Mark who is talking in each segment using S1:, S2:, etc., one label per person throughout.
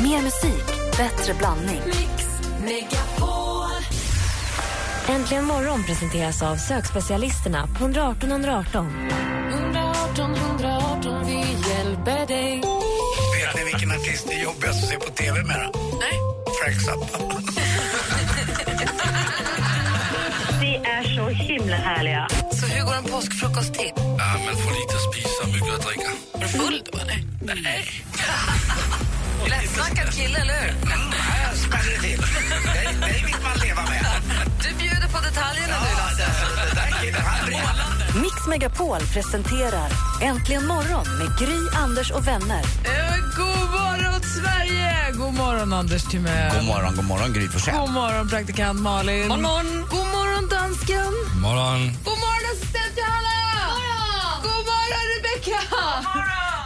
S1: Mer musik, bättre blandning.
S2: Mix Megapol.
S3: Äntligen morgon presenteras av sökspecialisterna på 118 118.
S2: 118 118, vi hjälper dig.
S4: Vet ni vilken artist det är jobbigast att se på tv med? Nej. Frank Zappa.
S5: Ni är så himla härliga.
S6: Så hur går en påskfrukost till?
S4: Ja, men får lite att spisa, mycket att dricka.
S6: Är du full då, eller? Nej. Lättsnackad kille, eller hur?
S4: Här smäller det till. Dig, dig vill man leva med.
S6: Du bjuder på detaljerna du, Lasse.
S4: Den där killen, han brinner.
S1: Mix Megapol presenterar Äntligen morgon med Gry, Anders och vänner.
S7: Eh, God morgon, Sverige! God morgon, Anders Timell. God morgon, god morgon, Gry Forssell. God morgon, praktikant Malin. God morgon, god morgon dansken.
S4: Morgon.
S7: God morgon, assistent Johanna. God morgon, Rebecca.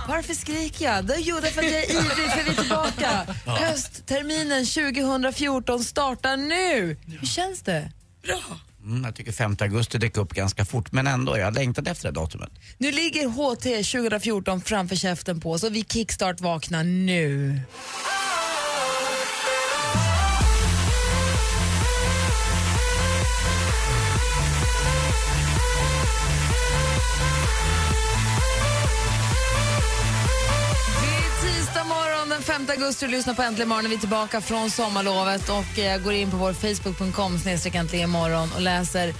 S7: Varför skriker jag? Det- Jo, därför att jag är ivrig, för vi är tillbaka. Höstterminen 2014 startar nu. Hur känns det?
S8: Mm, jag tycker 5 augusti dök upp ganska fort, men ändå, jag längtade efter det datumet.
S7: Nu ligger HT 2014 framför käften på oss och vi kickstart vaknar nu. Det är tisdag morgon den 5 augusti och lyssnar på Äntligen morgon. Vi är tillbaka från sommarlovet och eh, går in på vår facebook.com snedstreck äntligen morgon och läser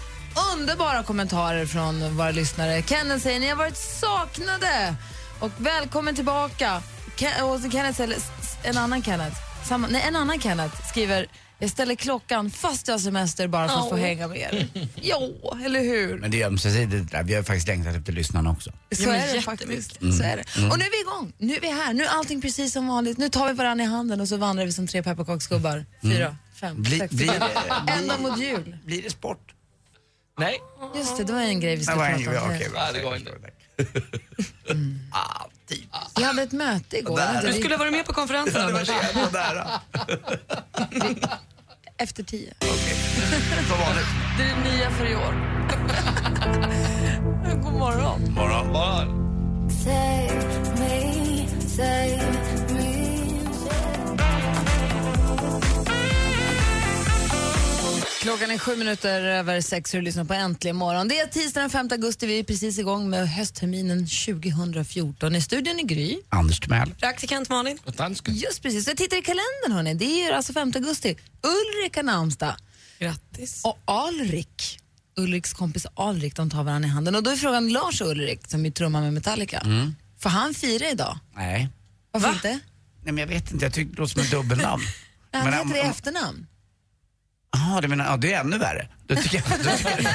S7: underbara kommentarer från våra lyssnare. Kenneth säger ni har varit saknade och välkommen tillbaka. Ke- och så Kenneth, eller s- en annan Kenneth, samma, nej en annan Kenneth skriver jag ställer klockan fast jag har semester bara för att få hänga med er. Jo, eller hur?
S8: Men det är ömsesidigt det där. Vi har ju faktiskt längtat efter lyssnarna också.
S7: Så är det faktiskt. Så är det. Och nu är vi igång. Nu är vi här. Nu är allting precis som vanligt. Nu tar vi varandra i handen och så vandrar vi som tre pepparkaksgubbar. Mm. Fyra, fem,
S8: Bli-
S7: sex.
S8: blir det-
S7: Ända mot jul.
S8: Blir det sport?
S9: Nej,
S7: Just det, det var en grej vi skulle
S8: Nej,
S7: prata om.
S8: okej, bra.
S9: Nej, det går inte.
S8: Ah, typ.
S7: Vi hade ett möte igår.
S8: Där.
S7: Hade
S6: Du
S7: vi-
S6: skulle ha varit med på konferensen,
S8: Det var
S6: Anders.
S8: det jag där.
S7: Efter tio.
S8: Som vanligt.
S7: Det är det nya för i år. God morgon.
S8: Morgon.
S9: bara...
S7: Klockan är sju minuter över sex och du lyssnar på Äntligen morgon. Det är tisdag den 5 augusti. Vi är precis igång med höstterminen 2014. I studion i Gry.
S8: Anders Timell.
S6: Praktikant Malin. Mm.
S9: Dansken.
S7: Just precis, jag tittar i kalendern hörni. Det är ju alltså 5 augusti. Ulrik har namnsdag
S6: Grattis.
S7: och Alrik, Ulriks kompis Alrik, de tar varandra i handen. Och då är frågan Lars Ulrik som ju trummar med Metallica.
S8: Mm.
S7: Får han fira idag?
S8: Nej.
S7: Varför inte?
S8: Nej, men jag vet inte. Jag tyckte det låter som ett dubbelnamn.
S7: Han
S8: Men
S7: heter det i
S8: om- om-
S7: efternamn.
S8: Jaha, du menar, ja, det är ännu värre. Då tycker jag, då tycker jag,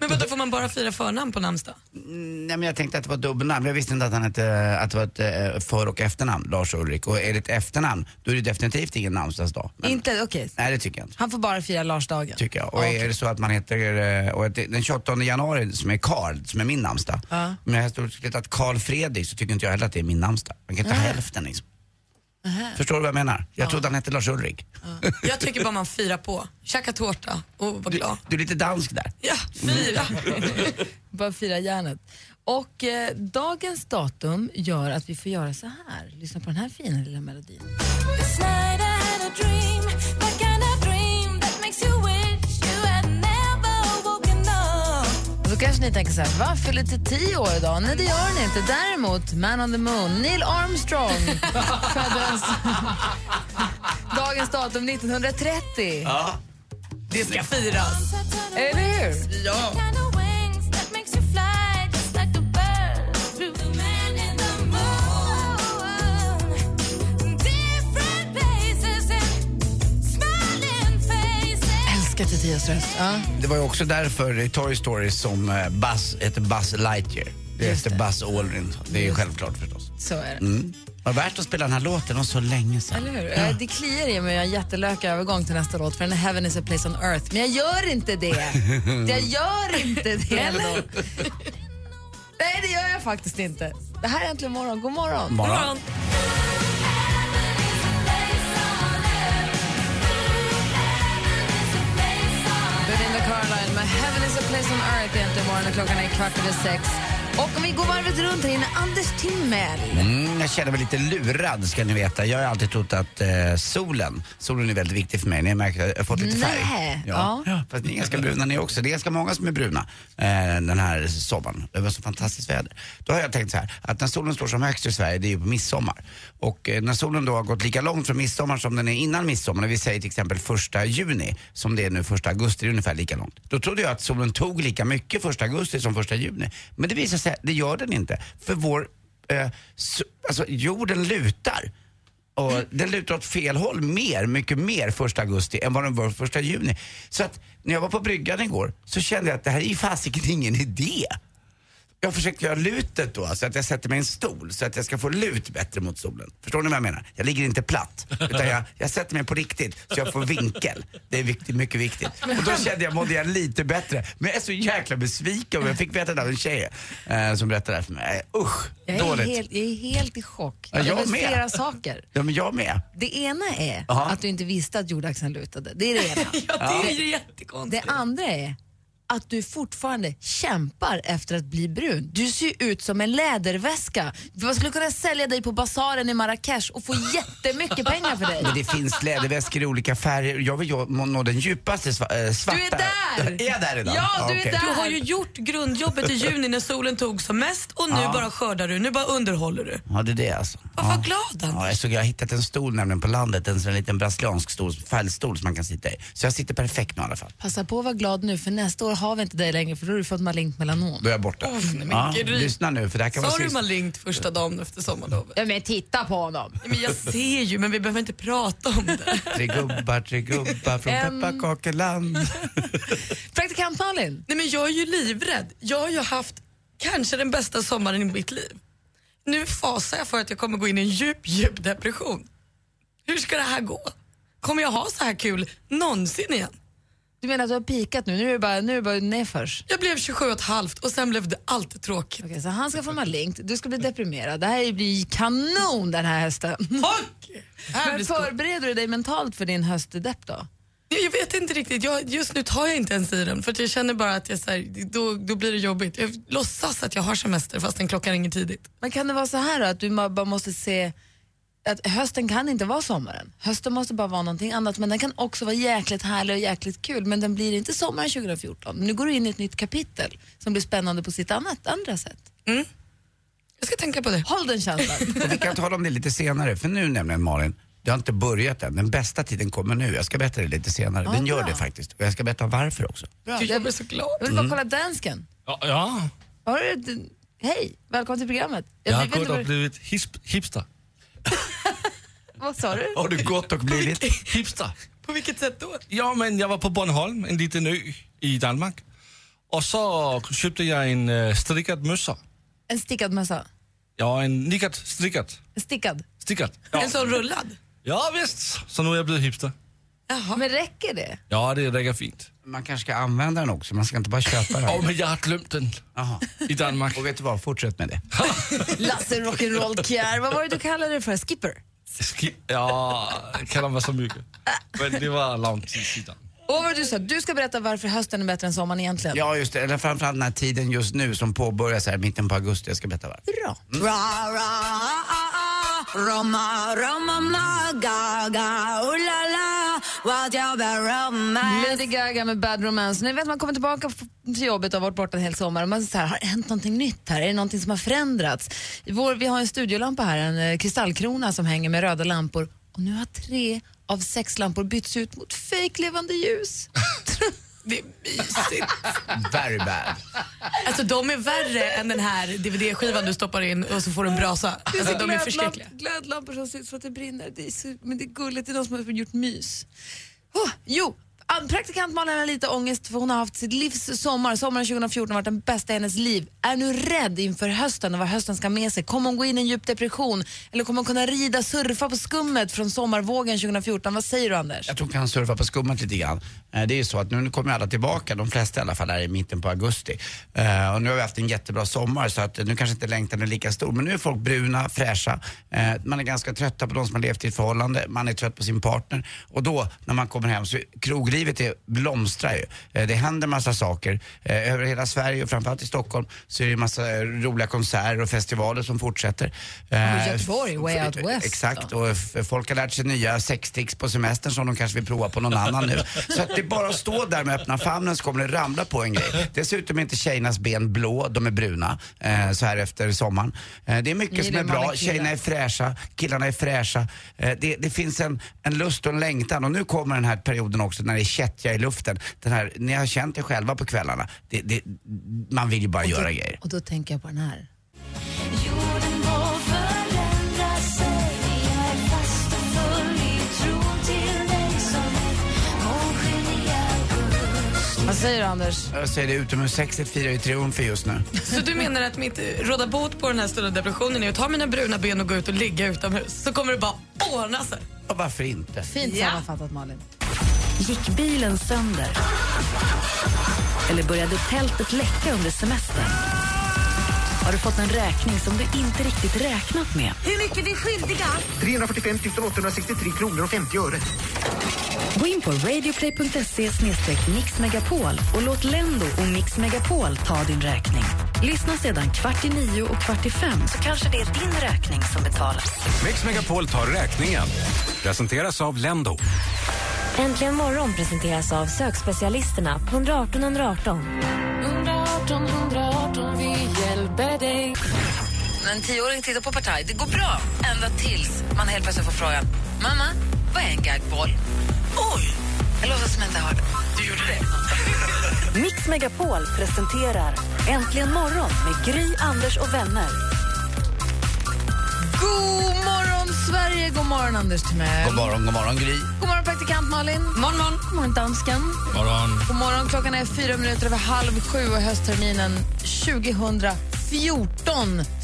S6: Men vadå, får man bara fira förnamn på namnsdag?
S8: Mm, nej, men jag tänkte att det var dubbelnamn. Jag visste inte att, han hette, att det var ett eh, för och efternamn, Lars Ulrik. Och är det ett efternamn, då är det definitivt ingen namnsdagsdag. Men-
S7: Inte? Okej.
S8: Nej, det tycker jag inte.
S7: Han får bara fira Larsdagen.
S8: tycker jag. Och är det så att man heter, eh, och att det, den 28 januari som är Karl, som är min namnsdag.
S7: Ja.
S8: Om jag hade hetat Karl Fredrik så tycker inte jag heller att det är min namnsdag. Man kan ta hälften liksom. Förstår du vad jag menar? Jag trodde han hette Lars Ulrik.
S6: Jag tycker bara man firar på. Käka tårta och vara
S8: Du,
S6: glad.
S8: du är lite dansk där.
S6: Ja, fira.
S7: Bara fira järnet. Och eh, dagens datum gör att vi får göra så här. Lyssna på den här fina lilla melodin. Och Då kanske ni tänker så här, va? Fyller till tio år idag? Nej, det gör ni inte. Däremot, Man on the Moon, Neil Armstrong föddes dagens datum 1930.
S6: Det ska firas.
S7: Eller hur? Älskar Tizias röst. Ja.
S8: Det var ju också därför i Toy Story som eh, Buzz heter Buzz Lightyear. Det
S7: Just
S8: heter
S7: det.
S8: Buzz Aldrin. Det är ju självklart förstås.
S7: Så är det.
S8: Mm. Var det värt att spela den här låten? Det var så länge sedan.
S7: Eller hur? Eh, Det kliar i mig att jag jättelökar övergång till nästa låt för den är Heaven is a place on earth. Men jag gör inte det. Jag gör inte det. Eller? Nej, det gör jag faktiskt inte. Det här är Äntligen morgon. God morgon.
S8: Morgon.
S7: Belinda Caroline med Heaven is a place on earth egentligen imorgon och klockan är kvart över sex. Och om vi går varvet runt här inne, Anders Timell.
S8: Mm, jag känner mig lite lurad ska ni veta. Jag har alltid trott att eh, solen, solen är väldigt viktig för mig. Ni har märkt att jag har fått lite
S7: Nä,
S8: färg. Ja. Fast ni är ganska bruna ni också. Det är ganska många som är bruna eh, den här sommaren. Det var så fantastiskt väder. Då har jag tänkt så här, att när solen står som högst i Sverige, det är ju på midsommar. Och eh, när solen då har gått lika långt från midsommar som den är innan midsommar, när vi säger till exempel första juni, som det är nu första augusti, det är ungefär lika långt. Då trodde jag att solen tog lika mycket första augusti som första juni. Men det visar sig, det gör den inte. För vår eh, så, alltså jorden lutar. Och Den lutar åt fel håll mer, mycket mer första augusti än vad den var första juni. Så att när jag var på bryggan igår så kände jag att det här är ju fasiken ingen idé. Jag försökte göra lutet då, så att jag sätter mig i en stol så att jag ska få lut bättre mot solen. Förstår ni vad jag menar? Jag ligger inte platt, utan jag, jag sätter mig på riktigt så jag får vinkel. Det är viktigt, mycket viktigt. Och då kände jag, mådde jag lite bättre. Men jag är så jäkla besviken och jag fick veta det av en tjej eh, som berättade det här för mig. Eh, Usch,
S7: Jag är,
S8: dåligt.
S7: helt, jag är helt i chock.
S8: Ja, jag
S7: Över
S8: med.
S7: flera saker.
S8: Ja, men jag med.
S7: Det ena är
S8: Aha.
S7: att du inte visste att jordaxeln lutade. Det är det ena.
S6: Ja, det är ju jättekonstigt.
S7: Det andra är att du fortfarande kämpar efter att bli brun. Du ser ju ut som en läderväska. Man skulle kunna sälja dig på basaren i Marrakesh och få jättemycket pengar för dig.
S8: Men det finns läderväskor i olika färger. Jag vill ju nå den djupaste sva- eh, svarta.
S7: Du är där!
S8: Är jag där idag?
S7: Ja, du är
S8: okej.
S7: där.
S6: Du har ju gjort grundjobbet i juni när solen tog som mest och nu
S8: Ja.
S6: bara skördar du, nu bara underhåller du.
S8: Ja, det är det alltså.
S6: Varför
S8: ja.
S6: var glad Anders?
S8: Ja, jag, såg, jag har hittat en stol nämligen på landet, en sån här liten brasiliansk stol, fällstol som man kan sitta i. Så jag sitter perfekt nu i alla fall.
S7: Passa på att vara glad nu för nästa år har vi inte dig längre för då har du fått malignt melanom.
S8: Då är jag borta. ja, lyssna nu för det här kan vara
S6: Sa du
S8: sist.
S6: malignt första dagen efter sommarlovet?
S7: Ja men titta på honom.
S6: Nej, men jag ser ju, men vi behöver inte prata om det.
S8: Tre gubbar, tre gubbar från
S7: Em.
S8: pepparkakeland.
S7: Praktikant Malin.
S6: Nej, men jag är ju livrädd. Jag har ju haft kanske den bästa sommaren i mitt liv. Nu fasar jag för att jag kommer gå in i en djup, djup depression. Hur ska det här gå? Kommer jag ha så här kul någonsin igen?
S7: Du menar att du har pikat nu? Nu är det bara, nu är det bara nedförs.
S6: Jag blev 27 och ett halvt och sen blev det alltid tråkigt.
S7: Okej, så han ska få malignt, du ska bli deprimerad. Det här blir kanon den här hösten.
S6: Fuck! Här blir
S7: Men
S6: det skoj.
S7: förbereder du dig mentalt för din höstdepp då?
S6: Nej, Jag vet inte riktigt. Jag, just nu tar jag inte ens i den för att jag känner bara att jag, så här, då, då blir det jobbigt. Jag låtsas att jag har semester fastän klockan ringer tidigt.
S7: Men kan det vara så här då, att du ma- bara måste se att hösten kan inte vara sommaren. Hösten måste bara vara någonting annat men den kan också vara jäkligt härlig och jäkligt kul men den blir inte sommaren 2014. Nu går du in i ett nytt kapitel som blir spännande på sitt annat, andra sätt.
S6: Jag ska tänka på det.
S7: Håll den känslan.
S8: Och vi kan tala om det lite senare, för nu nämligen Malin, det har inte börjat än. Den bästa tiden kommer nu. Jag ska berätta det lite senare. Den gör
S7: bra.
S8: det faktiskt. Och jag ska berätta varför också.
S7: Bra. Mm.
S6: Jag
S7: Jag
S6: blir så glad.
S7: vill bara kolla dansken.
S9: Ja, ja.
S7: Har du, ett- hej, välkommen till programmet. Jag
S9: jag har
S7: vet inte
S9: gått och
S7: vad,
S9: blivit hisp- hipster.
S7: vad sa du?
S8: Har du gått och blivit?
S9: Hipster.
S6: På vilket sätt då?
S9: Ja, men jag var på Bornholm, en liten ö i Danmark. Och så köpte jag en uh, strickad mössa.
S7: En stickad mössa.
S9: Ja, en nickad, strickad,
S7: En stickad.
S9: stickad. Ja.
S6: En sån rullad?
S9: ja, visst. Så nu är jag blivit hipster.
S7: Men räcker det?
S9: Ja, det räcker fint.
S8: Man kanske ska använda den också, man ska inte bara köpa den.
S9: Åh, men jag har glömt den
S8: Jaha.
S9: i Danmark.
S8: Och vet du vad, fortsätt med det.
S7: Lasse rocknroll Kjær, vad var det du kallade det för? Skipper?
S9: Skip, ja, kan de vara så mycket. Men det var långt tid sedan.
S7: Och vad var det du sa? Du ska berätta varför hösten är bättre än sommaren egentligen.
S8: Ja, just det. Eller framförallt den här tiden just nu som påbörjas här i mitten på augusti. Jag ska berätta varför.
S7: Bra. Lady Gaga med Bad Romance. Nu vet man kommer tillbaka f- till jobbet och har varit borta en hel sommar och man så här, har det hänt någonting nytt här? Är det någonting som har förändrats? Vår, vi har en studiolampa här, en eh, kristallkrona som hänger med röda lampor och nu har tre av sex lampor bytts ut mot fejklevande ljus.
S6: Det är mysigt.
S8: Very bad.
S6: Alltså de är värre än den här DVD-skivan du stoppar in och så får du en brasa. Alltså, de är
S7: Glödlamp-
S6: förskräckliga.
S7: Glödlampor som ser ut som att det brinner. Det är så, men det är gulligt, det är någon som har gjort mys. Oh, jo, an- praktikant Malin har lite ångest för hon har haft sitt livs sommar. Sommaren 2014 har varit den bästa i hennes liv. Är nu rädd inför hösten och vad hösten ska med sig. Kommer hon gå in i en djup depression eller kommer hon kunna rida, surfa på skummet från sommarvågen 2014? Vad säger du Anders?
S8: Jag tror hon kan surfa på skummet lite grann. Eh, Eh, Det är ju så att nu kommer alla tillbaka, de flesta i alla fall, här i mitten på augusti. Eh, Och nu har vi haft en jättebra sommar så att eh, nu kanske inte längtan är lika stor. Men nu är folk bruna, fräscha. Eh, Man är ganska trötta på de som har levt i ett förhållande. Man är trött på sin partner. Och då, när man kommer hem, så kroglivet är, blomstrar ju. Eh, Det händer massa saker. Eh, Över hela Sverige och framförallt i Stockholm så är det massa eh, roliga konserter och festivaler som fortsätter. Eh,
S7: Och Göteborg, Way Out West
S8: Exakt,
S7: då.
S8: och f- folk har lärt sig nya sextricks på semestern som de kanske vill prova på någon annan nu. Så att det är bara att stå där med öppna famnen så kommer det ramla på en grej. Dessutom är inte tjejernas ben blå, de är bruna eh, så här efter sommaren. Eh, det är mycket
S7: Ni är
S8: som
S7: det,
S8: är bra,
S7: mannen, killar.
S8: tjejerna är fräscha, killarna är fräscha. Eh, det, det finns en, en lust och en längtan och nu kommer den här perioden också när det är kättja i luften. Den här, ni har känt er själva på kvällarna. Det, det, man vill ju bara göra grejer.
S7: Och då tänker jag på den här.
S2: Jorden må förändra sig. Jag är fast och full i tron till dig som ett månsken i augusti.
S7: Vad säger du, Anders?
S8: Jag säger det, utomhussexet firar ju triumfer just nu.
S6: Så du menar att mitt eh, råda bot på den här stora depressionen är att ta mina bruna ben och gå ut och ligga utomhus så kommer det bara ordna sig.
S8: Och varför inte?
S7: Fint
S6: Ja.
S7: sammanfattat, Malin.
S1: Gick bilen sönder? Eller började tältet läcka under semestern? Har du fått en räkning som du inte riktigt räknat med?
S10: 345 863 kronor och 50 öre.
S1: Gå in på radioplay.se mixmegapol och låt Lendo och Mix Megapol ta din räkning. Lyssna sedan kvart i nio och kvart i fem så kanske det är din räkning som betalas.
S11: Mix Megapol tar räkningen. Presenteras av Lendo.
S3: Äntligen morgon presenteras av sökspecialisterna på 118 118.
S2: 118 118, vi hjälper dig.
S12: När en tioåring tittar på Partaj, det går bra ända tills man helt plötsligt får frågan Mamma, vad är en gaggboll? Oj! Jag låtsas som jag inte hörde. Du gjorde det?
S1: Mix Megapol presenterar Äntligen morgon med Gry, Anders och vänner.
S7: God morgon, Sverige! God morgon, Anders Timell.
S8: God morgon, god morgon Gry.
S7: God morgon, praktikant Malin. Morgon, morgon. God morgon, dansken.
S9: Morgon.
S7: God morgon, klockan är fyra minuter över halv sju och höstterminen 2014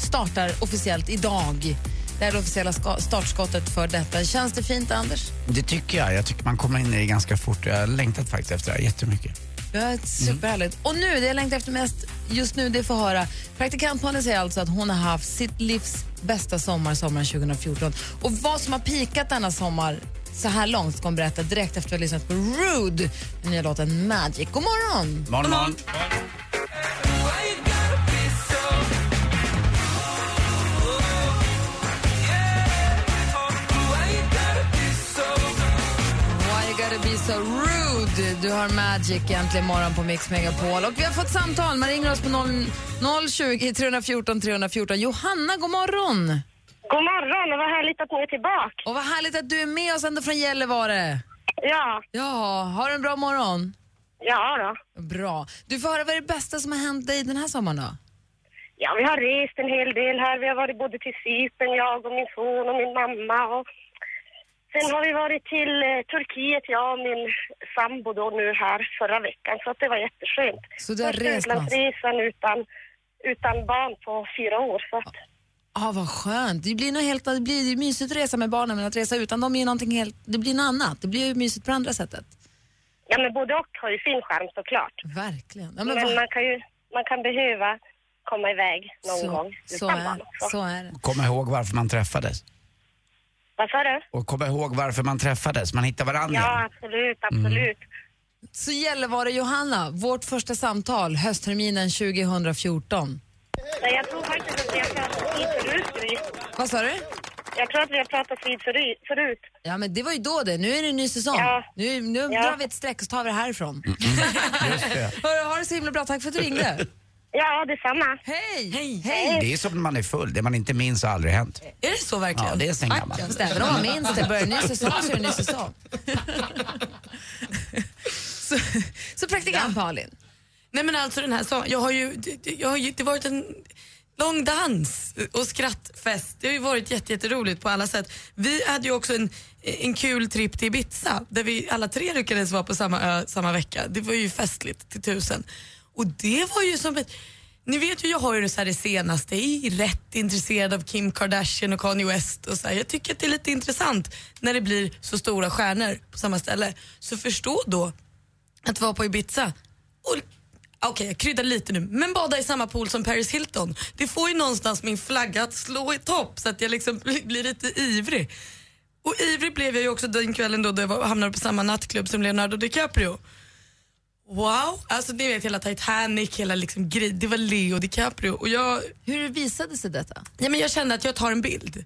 S7: startar officiellt idag. Det är det officiella ska- startskottet för detta. Känns det fint, Anders?
S8: Det tycker jag. Jag tycker man kommer in i det ganska fort. Jag har längtat faktiskt efter det här jättemycket.
S7: Det är superhärligt. Och nu, det jag längtar efter mest just nu, det är att få höra. Praktikant Malin säger alltså att hon har haft sitt livs bästa sommar, sommaren 2014. Och vad som har pikat denna sommar så här långt ska hon berätta direkt efter att ha lyssnat på Rude, den nya låten Magic. God morgon!
S8: Morgon, morgon.
S7: Why you gotta be so rude? Du har Magic äntligen morgon på Mix Megapol. Och vi har fått samtal. Man ringer oss på 0- 020 314 314. eh, Johanna, god morgon!
S5: God morgon och vad härligt att ni är tillbaka.
S7: Och vad härligt att du är med oss ända från Gällivare.
S5: Ja,
S7: Ja, har en bra morgon.
S5: ja då.
S7: Bra. Du får höra vad är det bästa som har hänt dig den här sommaren då?
S5: Ja, vi har rest en hel del här. Vi har varit både till Cypern, jag och min son och min mamma. Och... Sen har vi varit till eh, Turkiet, jag och min sambo då nu här förra veckan. Så att det var jätteskönt.
S7: Så du har
S5: Första
S7: rest massor?
S5: utlandsresan utan, utan barn på fyra år. Så att,
S7: Ja, ah, vad skönt. Det blir nog helt, det blir det är mysigt att resa med barnen men att resa utan dem är ju någonting helt, det blir något annat. Det blir ju mysigt på andra sättet.
S5: ja, men både och har ju sin charm såklart.
S7: Verkligen. Ja,
S5: Men,
S7: vad-
S5: man kan ju man kan behöva komma iväg någon
S7: så,
S5: gång
S7: så,
S5: utan barn
S7: är,
S5: också.
S7: så är det.
S8: Kom ihåg varför man träffades.
S5: Vad sa du?
S8: Och kom ihåg varför man träffades. Man hittar varandra.
S5: Ja, absolut, absolut.
S7: Så Gällivare Johanna, vårt första samtal höstterminen 2014.
S5: Nej, jag tror faktiskt att vi har pratat vid förut. Gry.
S7: Vad sa du?
S5: Jag tror att vi har pratat vid förut. förut.
S7: Ja men det var ju då det, nu är det en ny säsong.
S5: Ja.
S7: Nu, nu
S5: Ja.
S7: drar vi ett streck och så tar vi det härifrån. Hörru, ha Mm. det så himla bra, tack för att du ringde.
S5: Ja, detsamma.
S7: Hej! Hej!
S8: Det är som när man är full. Det man inte minns har aldrig hänt.
S6: Är det så verkligen?
S8: Ja, det är sen gammalt.
S7: Fast även om man minns det, börjar en ny säsong så är det en ny säsong. så, så praktikant Malin.
S6: Nej men alltså den här sommaren, jag har ju, det- det- jag har ju det har varit en lång dans och skrattfest. Det har ju varit jätte, jätteroligt på alla sätt. Vi hade ju också en, en kul trip till Ibiza där vi alla tre lyckades vara på samma ö samma vecka. Det var ju festligt till tusen. Och det var ju som ett ni vet ju, jag har ju det, så här det senaste i, rätt intresserad av Kim Kardashian och Kanye West och så här. Jag tycker att det är lite intressant när det blir så stora stjärnor på samma ställe. Så förstå då att vara på Ibiza. Och- Okej, jag kryddar lite nu, men bada i samma pool som Paris Hilton. Det får ju någonstans min flagga att slå i topp så att jag liksom bli- blir lite ivrig. Och ivrig blev jag ju också den kvällen då, då jag var- hamnade på samma nattklubb som Leonardo DiCaprio. Wow, alltså ni vet hela Titanic, hela liksom grej. Det var Leo DiCaprio och jag...
S7: Hur visade sig detta?
S6: Ja, men jag kände att jag tar en bild.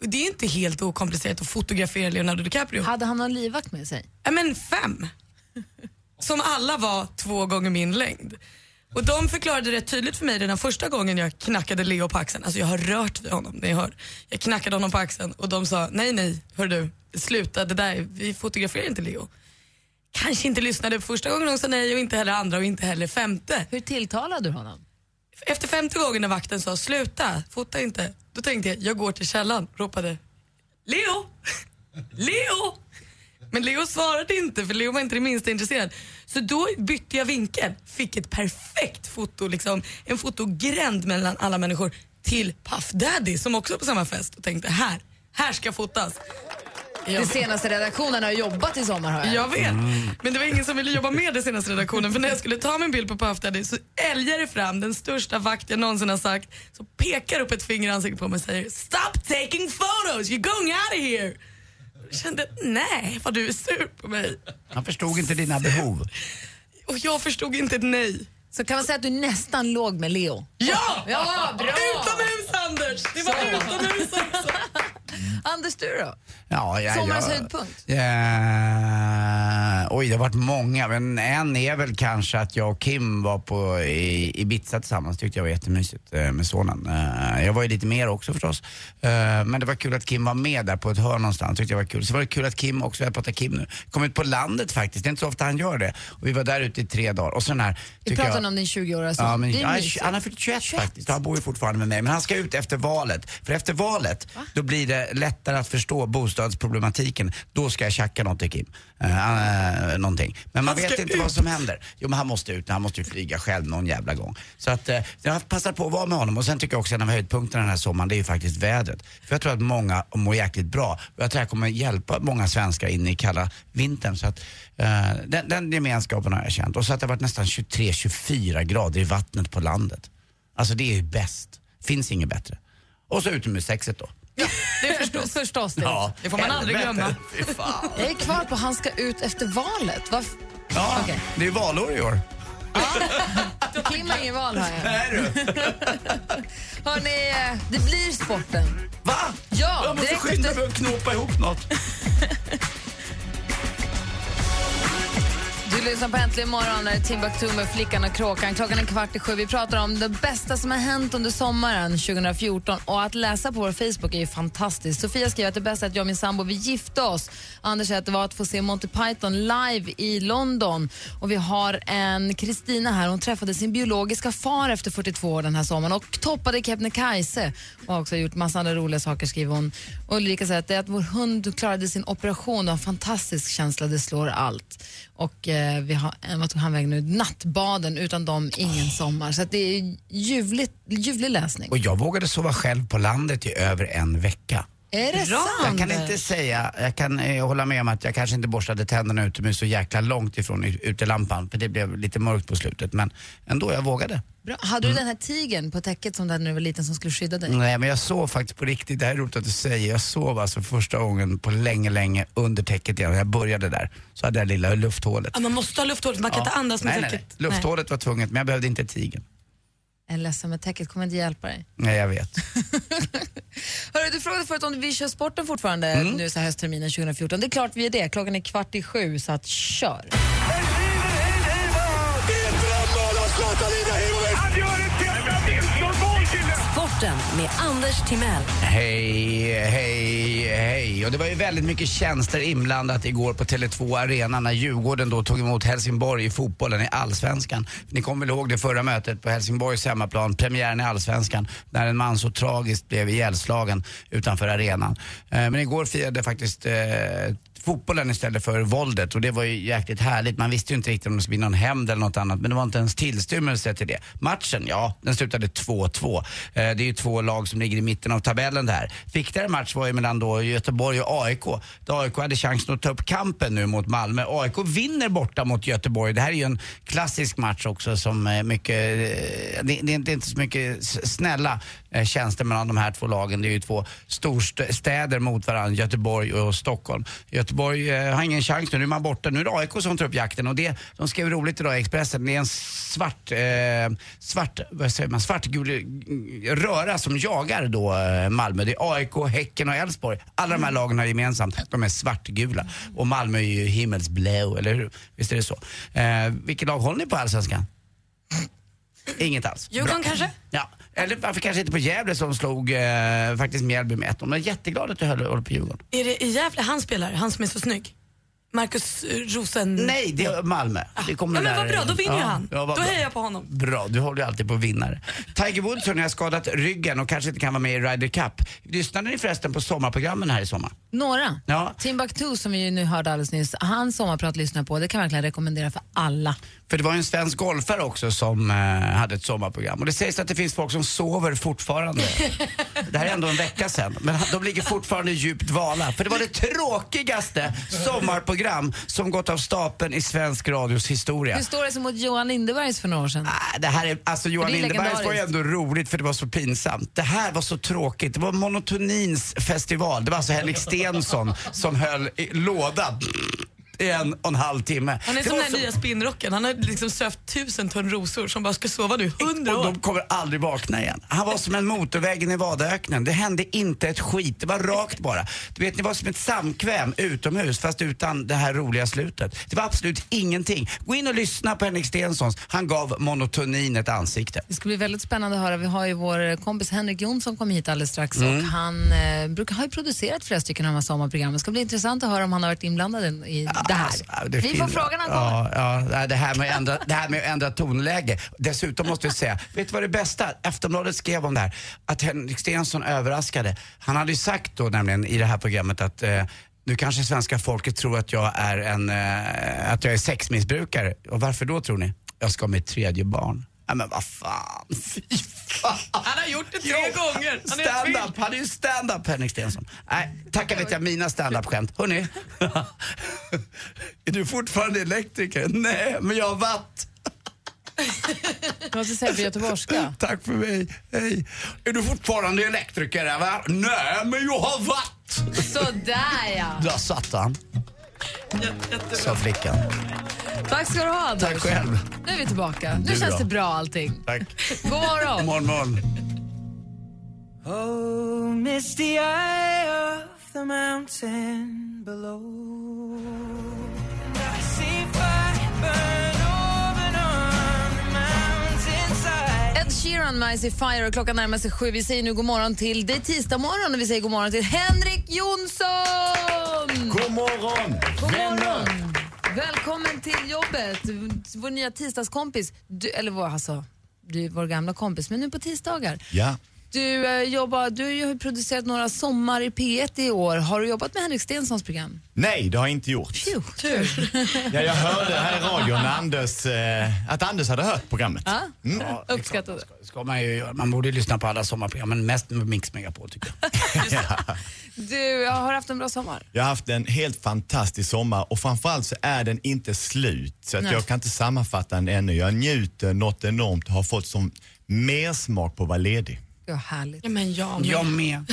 S6: Och Det är inte helt okomplicerat att fotografera Leonardo DiCaprio.
S7: Hade han någon livvakt med sig?
S6: Ja, men fem. Som alla var två gånger min längd. Och de förklarade rätt tydligt för mig redan första gången jag knackade Leo på axeln. Alltså jag har rört vid honom, ni hör. Jag knackade honom på axeln och de sa nej, nej, hör du, sluta det där, vi fotograferar inte Leo. Kanske inte lyssnade första gången de sa nej och inte heller andra och inte heller femte.
S7: Hur tilltalade du honom?
S6: Efter femte gången när vakten sa sluta, fota inte, då tänkte jag jag går till källan, ropade Leo! Leo! Men Leo svarade inte för Leo var inte det minsta intresserad. Så då bytte jag vinkel, fick ett perfekt foto, liksom, en fotogränd mellan alla människor till Puff Daddy som också var på samma fest och tänkte här, här ska fotas.
S7: Det senaste redaktionen har jobbat i sommar har jag.
S6: Jag vet, men det var ingen som ville jobba med det senaste redaktionen för när jag skulle ta min bild på Puff Daddy så älgade det fram den största vakt jag någonsin har sagt som pekar upp ett finger i ansiktet på mig och säger Stop taking photos, you're going out of here! Jag kände, nej vad du är sur på mig.
S8: Han förstod inte dina behov.
S6: Och jag förstod inte ett nej.
S7: Så kan man säga att du nästan låg med Leo?
S6: Ja!
S7: Ja, bra!
S6: Utomhus Anders! Det var utomhus också.
S7: Anders, du då?
S8: Ja, jag,
S7: Sommarens
S8: jag-
S7: höjdpunkt?
S8: Eh, oj, det har varit många, men en är väl kanske att jag och Kim var på i, Ibiza tillsammans. tyckte jag var jättemysigt eh, med sonen. Eh, jag var ju lite mer också förstås. Eh, men det var kul att Kim var med där på ett hörn någonstans. tyckte jag var kul. Så var det kul att Kim också, jag pratar Kim nu, kom ut på landet faktiskt. Det är inte så ofta han gör det. Och vi var där ute i tre dagar. Och sen här,
S7: Vi
S8: tycker
S7: pratar
S8: jag-
S7: om din 20-åriga son.
S8: Ja, men,
S7: Alltså, det
S8: ja,
S7: är mysigt.
S8: han har fyllt 21, faktiskt. Han bor ju fortfarande med mig. Men han ska ut efter valet. För efter valet, då blir det lättare att förstå bostadsproblematiken. Då ska jag tjacka någonting, Kim. Eh, eh, någonting. Men man
S13: Han
S8: vet
S13: ska
S8: inte vad som händer. Jo, men han måste ut. Han måste ju flyga själv någon jävla gång. Så att, eh, jag har passat på att vara med honom. Och sen tycker jag också en av höjdpunkterna den här sommaren, det är ju faktiskt vädret. För jag tror att många mår jäkligt bra. Och jag tror jag kommer hjälpa många svenskar in i kalla vintern. Så att, eh, den, den gemenskapen har jag känt. Och så att det har varit nästan 23-24 grader i vattnet på landet. Alltså det är ju bäst. Finns inget bättre. Och så utomhussexet då.
S6: Det är förstås.
S7: förstås det.
S8: Ja,
S6: Det får man aldrig glömma.
S8: helvete. Fy fan.
S7: Jag är kvar på han ska ut efter valet. Varf-
S8: Ja, det är valår i år.
S7: Då klimmar ingen val har jag.
S8: Nej du.
S7: Hörrni, eh, det blir sporten.
S8: Va?
S7: Ja,
S8: jag måste
S7: direkt
S8: skynda mig att knåpa ihop något.
S7: Du lyssnar på Äntligen morgon när det är Timbuktu med Flickan och Kråkan. Klockan är kvart i sju. Vi pratar om det bästa som har hänt under sommaren 2014. Och att läsa på vår Facebook är ju fantastiskt. Sofia skriver att det bästa är att jag och min sambo vi gifte oss. Anders säger att det var att få se Monty Python live i London. Och vi har en Kristina här. Hon träffade sin biologiska far efter 42 år den här sommaren och toppade Kebnekaise. Och har också gjort massa andra roliga saker skriver hon. Och Ulrika säger att det är att vår hund klarade sin operation och har en fantastisk känsla, det slår allt. Och eh, vi har, eh, vad tog han vägen nu? Nattbaden, utan dem ingen sommar. Så att det är ljuvligt, ljuvlig läsning.
S8: Och jag vågade sova själv på landet i över en vecka.
S7: Är det
S8: Jag
S7: sant?
S8: kan inte säga, jag kan eh, hålla med om att jag kanske inte borstade tänderna utomhus så jäkla långt ifrån ut- utelampan för det blev lite mörkt på slutet men ändå, jag vågade.
S7: Bra. Hade
S8: Mm.
S7: du den här tigern på täcket som du hade när du var liten som skulle skydda dig?
S8: Nej men jag sov faktiskt på riktigt, det här är roligt att du säger, jag sov alltså första gången på länge, länge under täcket igen. Jag började där, så hade jag det lilla lufthålet.
S6: Ja, man måste ha lufthålet, man kan inte andas med
S8: nej, nej, nej.
S6: täcket.
S8: Lufthålet var tvunget men jag behövde inte tigen.
S7: Jag är ledsen, men täcket kommer inte hjälpa dig.
S8: Nej jag vet.
S7: Hörru, du frågade förut om vi kör sporten fortfarande
S8: Mm.
S7: nu så här höstterminen 2014. Det är klart vi är det. Klockan är kvart i sju, så att kör.
S1: Sporten med Anders Timell.
S8: Hej, hej, hej. Och det var ju väldigt mycket tjänster inblandat igår på Tele2 Arena när Djurgården då tog emot Helsingborg i fotbollen i Allsvenskan. Ni kommer väl ihåg det förra mötet på Helsingborgs hemmaplan, premiären i Allsvenskan, när en man så tragiskt blev ihjälslagen utanför arenan. Eh, Men igår firade faktiskt eh, fotbollen istället för våldet och det var ju jäkligt härligt. Man visste ju inte riktigt om det skulle bli någon hämnd eller något annat men det var inte ens tillstymmelse till det. Matchen, ja, den slutade 2-2. Eh, Det är ju ju två lag som ligger i mitten av tabellen där. Viktigare match var ju mellan då Göteborg och AIK. Där AIK hade chansen att ta upp kampen nu mot Malmö. AIK vinner borta mot Göteborg. Det här är ju en klassisk match också som är mycket... eh, Det, det är inte inte så mycket s- snälla eh, tjänster mellan de här två lagen. Det är ju två storstäder mot varandra, Göteborg och Stockholm. Göteborg eh, har ingen chans nu, nu är man borta. Nu är det AIK som tar upp jakten och det, de skrev roligt idag i Expressen, det är en svart, eh, svart, vad säger man, svartgul eh, röra som jagar då eh, Malmö. Det är AIK, Häcken och Elfsborg. Alla de här lagen har gemensamt, de är svartgula. Och Malmö är ju himmelsblå, eller hur? Visst är det så? Eh, vilket lag håller ni på i Allsvenskan? Inget alls.
S6: Djurgården
S8: Bra.
S6: kanske?
S8: Ja, eller varför kanske inte på Gävle som slog eh, faktiskt Mjällby med 1 Jag är jätteglad att du höll, håller på Djurgården.
S6: Är det i Gävle han spelar, han som är så snygg? Markus eh, Rosen...
S8: Nej, det är Malmö. Det kommer
S6: Ah. Ja, men
S8: där
S6: vad bra, då
S8: igen.
S6: vinner ju
S8: Ja,
S6: han.
S8: ja, vad
S6: då
S8: bra.
S6: hejar jag på honom.
S8: Bra, du håller ju alltid på vinnare. Tiger Woods har har skadat ryggen och kanske inte kan vara med i Ryder Cup. Lyssnade ni förresten på sommarprogrammen här i sommar?
S7: Några.
S8: Ja.
S7: Timbuktu som vi ju nu hörde alldeles nyss, hans sommarprat lyssnar på. Det kan jag verkligen rekommendera för alla.
S8: För det var ju en svensk golfare också som eh, hade ett sommarprogram. Och det sägs att det finns folk som sover fortfarande. det här är ändå en vecka sedan. Men de ligger fortfarande i djup dvala. För det var det tråkigaste sommarprogram som gått av stapeln i svensk radios historia.
S7: Hur står det sig mot Johan Lindebergs för några år sedan?
S8: Det här är, alltså Johan
S7: Det är
S8: Lindebergs var ju
S7: legendariskt.
S8: ändå roligt för det var så pinsamt. Det här var så tråkigt. Det var monotonins festival. Det var alltså Henrik Stenson som höll i låda i en och en halv timme.
S6: Han är
S8: Det
S6: som
S8: var
S6: den här
S8: så-
S6: nya spinnrocken, han har liksom sövt tusen ton rosor som bara ska sova nu i hundra
S8: Och
S6: år.
S8: de kommer aldrig vakna igen. Han var som en motorväg i Nevadaöknen. Det hände inte ett skit. Det var rakt bara. Du vet, det var som ett samkväm utomhus fast utan det här roliga slutet. Det var absolut ingenting. Gå in och lyssna på Henrik Stensons. Han gav monotonin ett ansikte.
S7: Det ska bli väldigt spännande att höra. Vi har ju vår kompis Henrik Jonsson kom hit alldeles strax
S8: Mm.
S7: och han eh, brukar, har ju producerat flera stycken av de här sommarprogrammen. Det ska bli intressant att höra om han har varit inblandad i i det
S8: Ja,
S7: här.
S8: Alltså, äh, det
S7: Vi får
S8: fin-
S7: frågan han kommer.
S8: ja, ja, nej, det, här med att ändra, det här med att ändra tonläge. Dessutom måste vi säga, vet du vad det bästa? Aftonbladet skrev om det här, att Henrik Stenson överraskade. Han hade ju sagt då nämligen i det här programmet att eh, nu kanske svenska folket tror att jag är en, eh, att jag är sexmissbrukare. Och varför då tror ni? Jag ska ha mitt tredje barn. Ja, men vad fan, fy
S6: Han har gjort det tre
S8: Jo,
S6: gånger! Han är helt vild.
S8: Stand-up, han är ju stand-up Henrik Stenson. Nej, tacka vet jag mina stand-up-skämt. Hörrni, är du fortfarande elektriker? Nej, men jag har vatt.
S7: Du måste säga på göteborgska.
S8: Tack för mig, hej. Är du fortfarande elektriker? Va? Nej, men jag har vatt.
S7: Sådär ja.
S8: Där satt han, sa flickan.
S7: Tack ska du ha Anders.
S8: Tack själv.
S7: Nu är vi tillbaka.
S8: Det
S7: Nu
S8: är
S7: känns
S8: bra.
S7: det bra allting.
S8: Tack.
S7: God morgon.
S8: morgon, morgon.
S2: Oh, misty eye of the mountain below. And I see fire burn over and on the mountainside.
S7: Ed Sheeran med I See Fire och klockan närmar sig sju. Vi säger nu god morgon till, det är tisdag morgon och vi säger god morgon till Henrik Jonsson!
S13: God morgon!
S7: God
S13: vänner!
S7: morgon! Välkommen till jobbet, vår nya tisdagskompis. Du, eller vår, alltså, du är vår gamla kompis, men nu på tisdagar.
S13: Ja.
S7: Du, eh, jobbar, du har ju producerat några sommar i P1 i år. Har du jobbat med Henrik Stensons program?
S13: Nej, det har jag inte gjort.
S7: Jo, tur.
S13: Ja, jag hörde här i radion när Anders, eh, att Anders hade hört programmet.
S7: Ja,
S13: Mm.
S7: uppskattade.
S8: Ska man, ju, göra. man borde ju lyssna på alla sommarprogram, men mest Mix Megapol tycker jag.
S7: Du, jag har haft en bra sommar.
S13: Jag har haft en helt fantastisk sommar och framförallt så är den inte slut. Så att
S7: Nej.
S13: jag kan inte sammanfatta den ännu. Jag njuter något enormt och har fått som mer smak på att vara ledig.
S7: Det var härligt.
S6: men jag
S8: med. Jag med.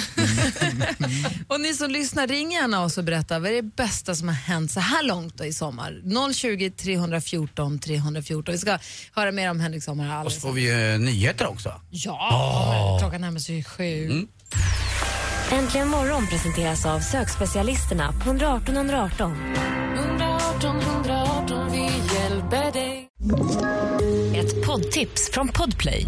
S7: Och ni som lyssnar, ring gärna oss och berätta vad är det bästa som har hänt så här långt då i sommar. 020 314 314. Vi ska höra mer om Henrik Sommar
S8: Och
S7: alldeles
S8: så får vi ju nyheter också.
S7: Ja, klockan närmar sig sju.
S3: Äntligen morgon presenteras av sökspecialisterna på 118 118.
S2: 118, 118, vi hjälper dig.
S14: Ett poddtips från Podplay.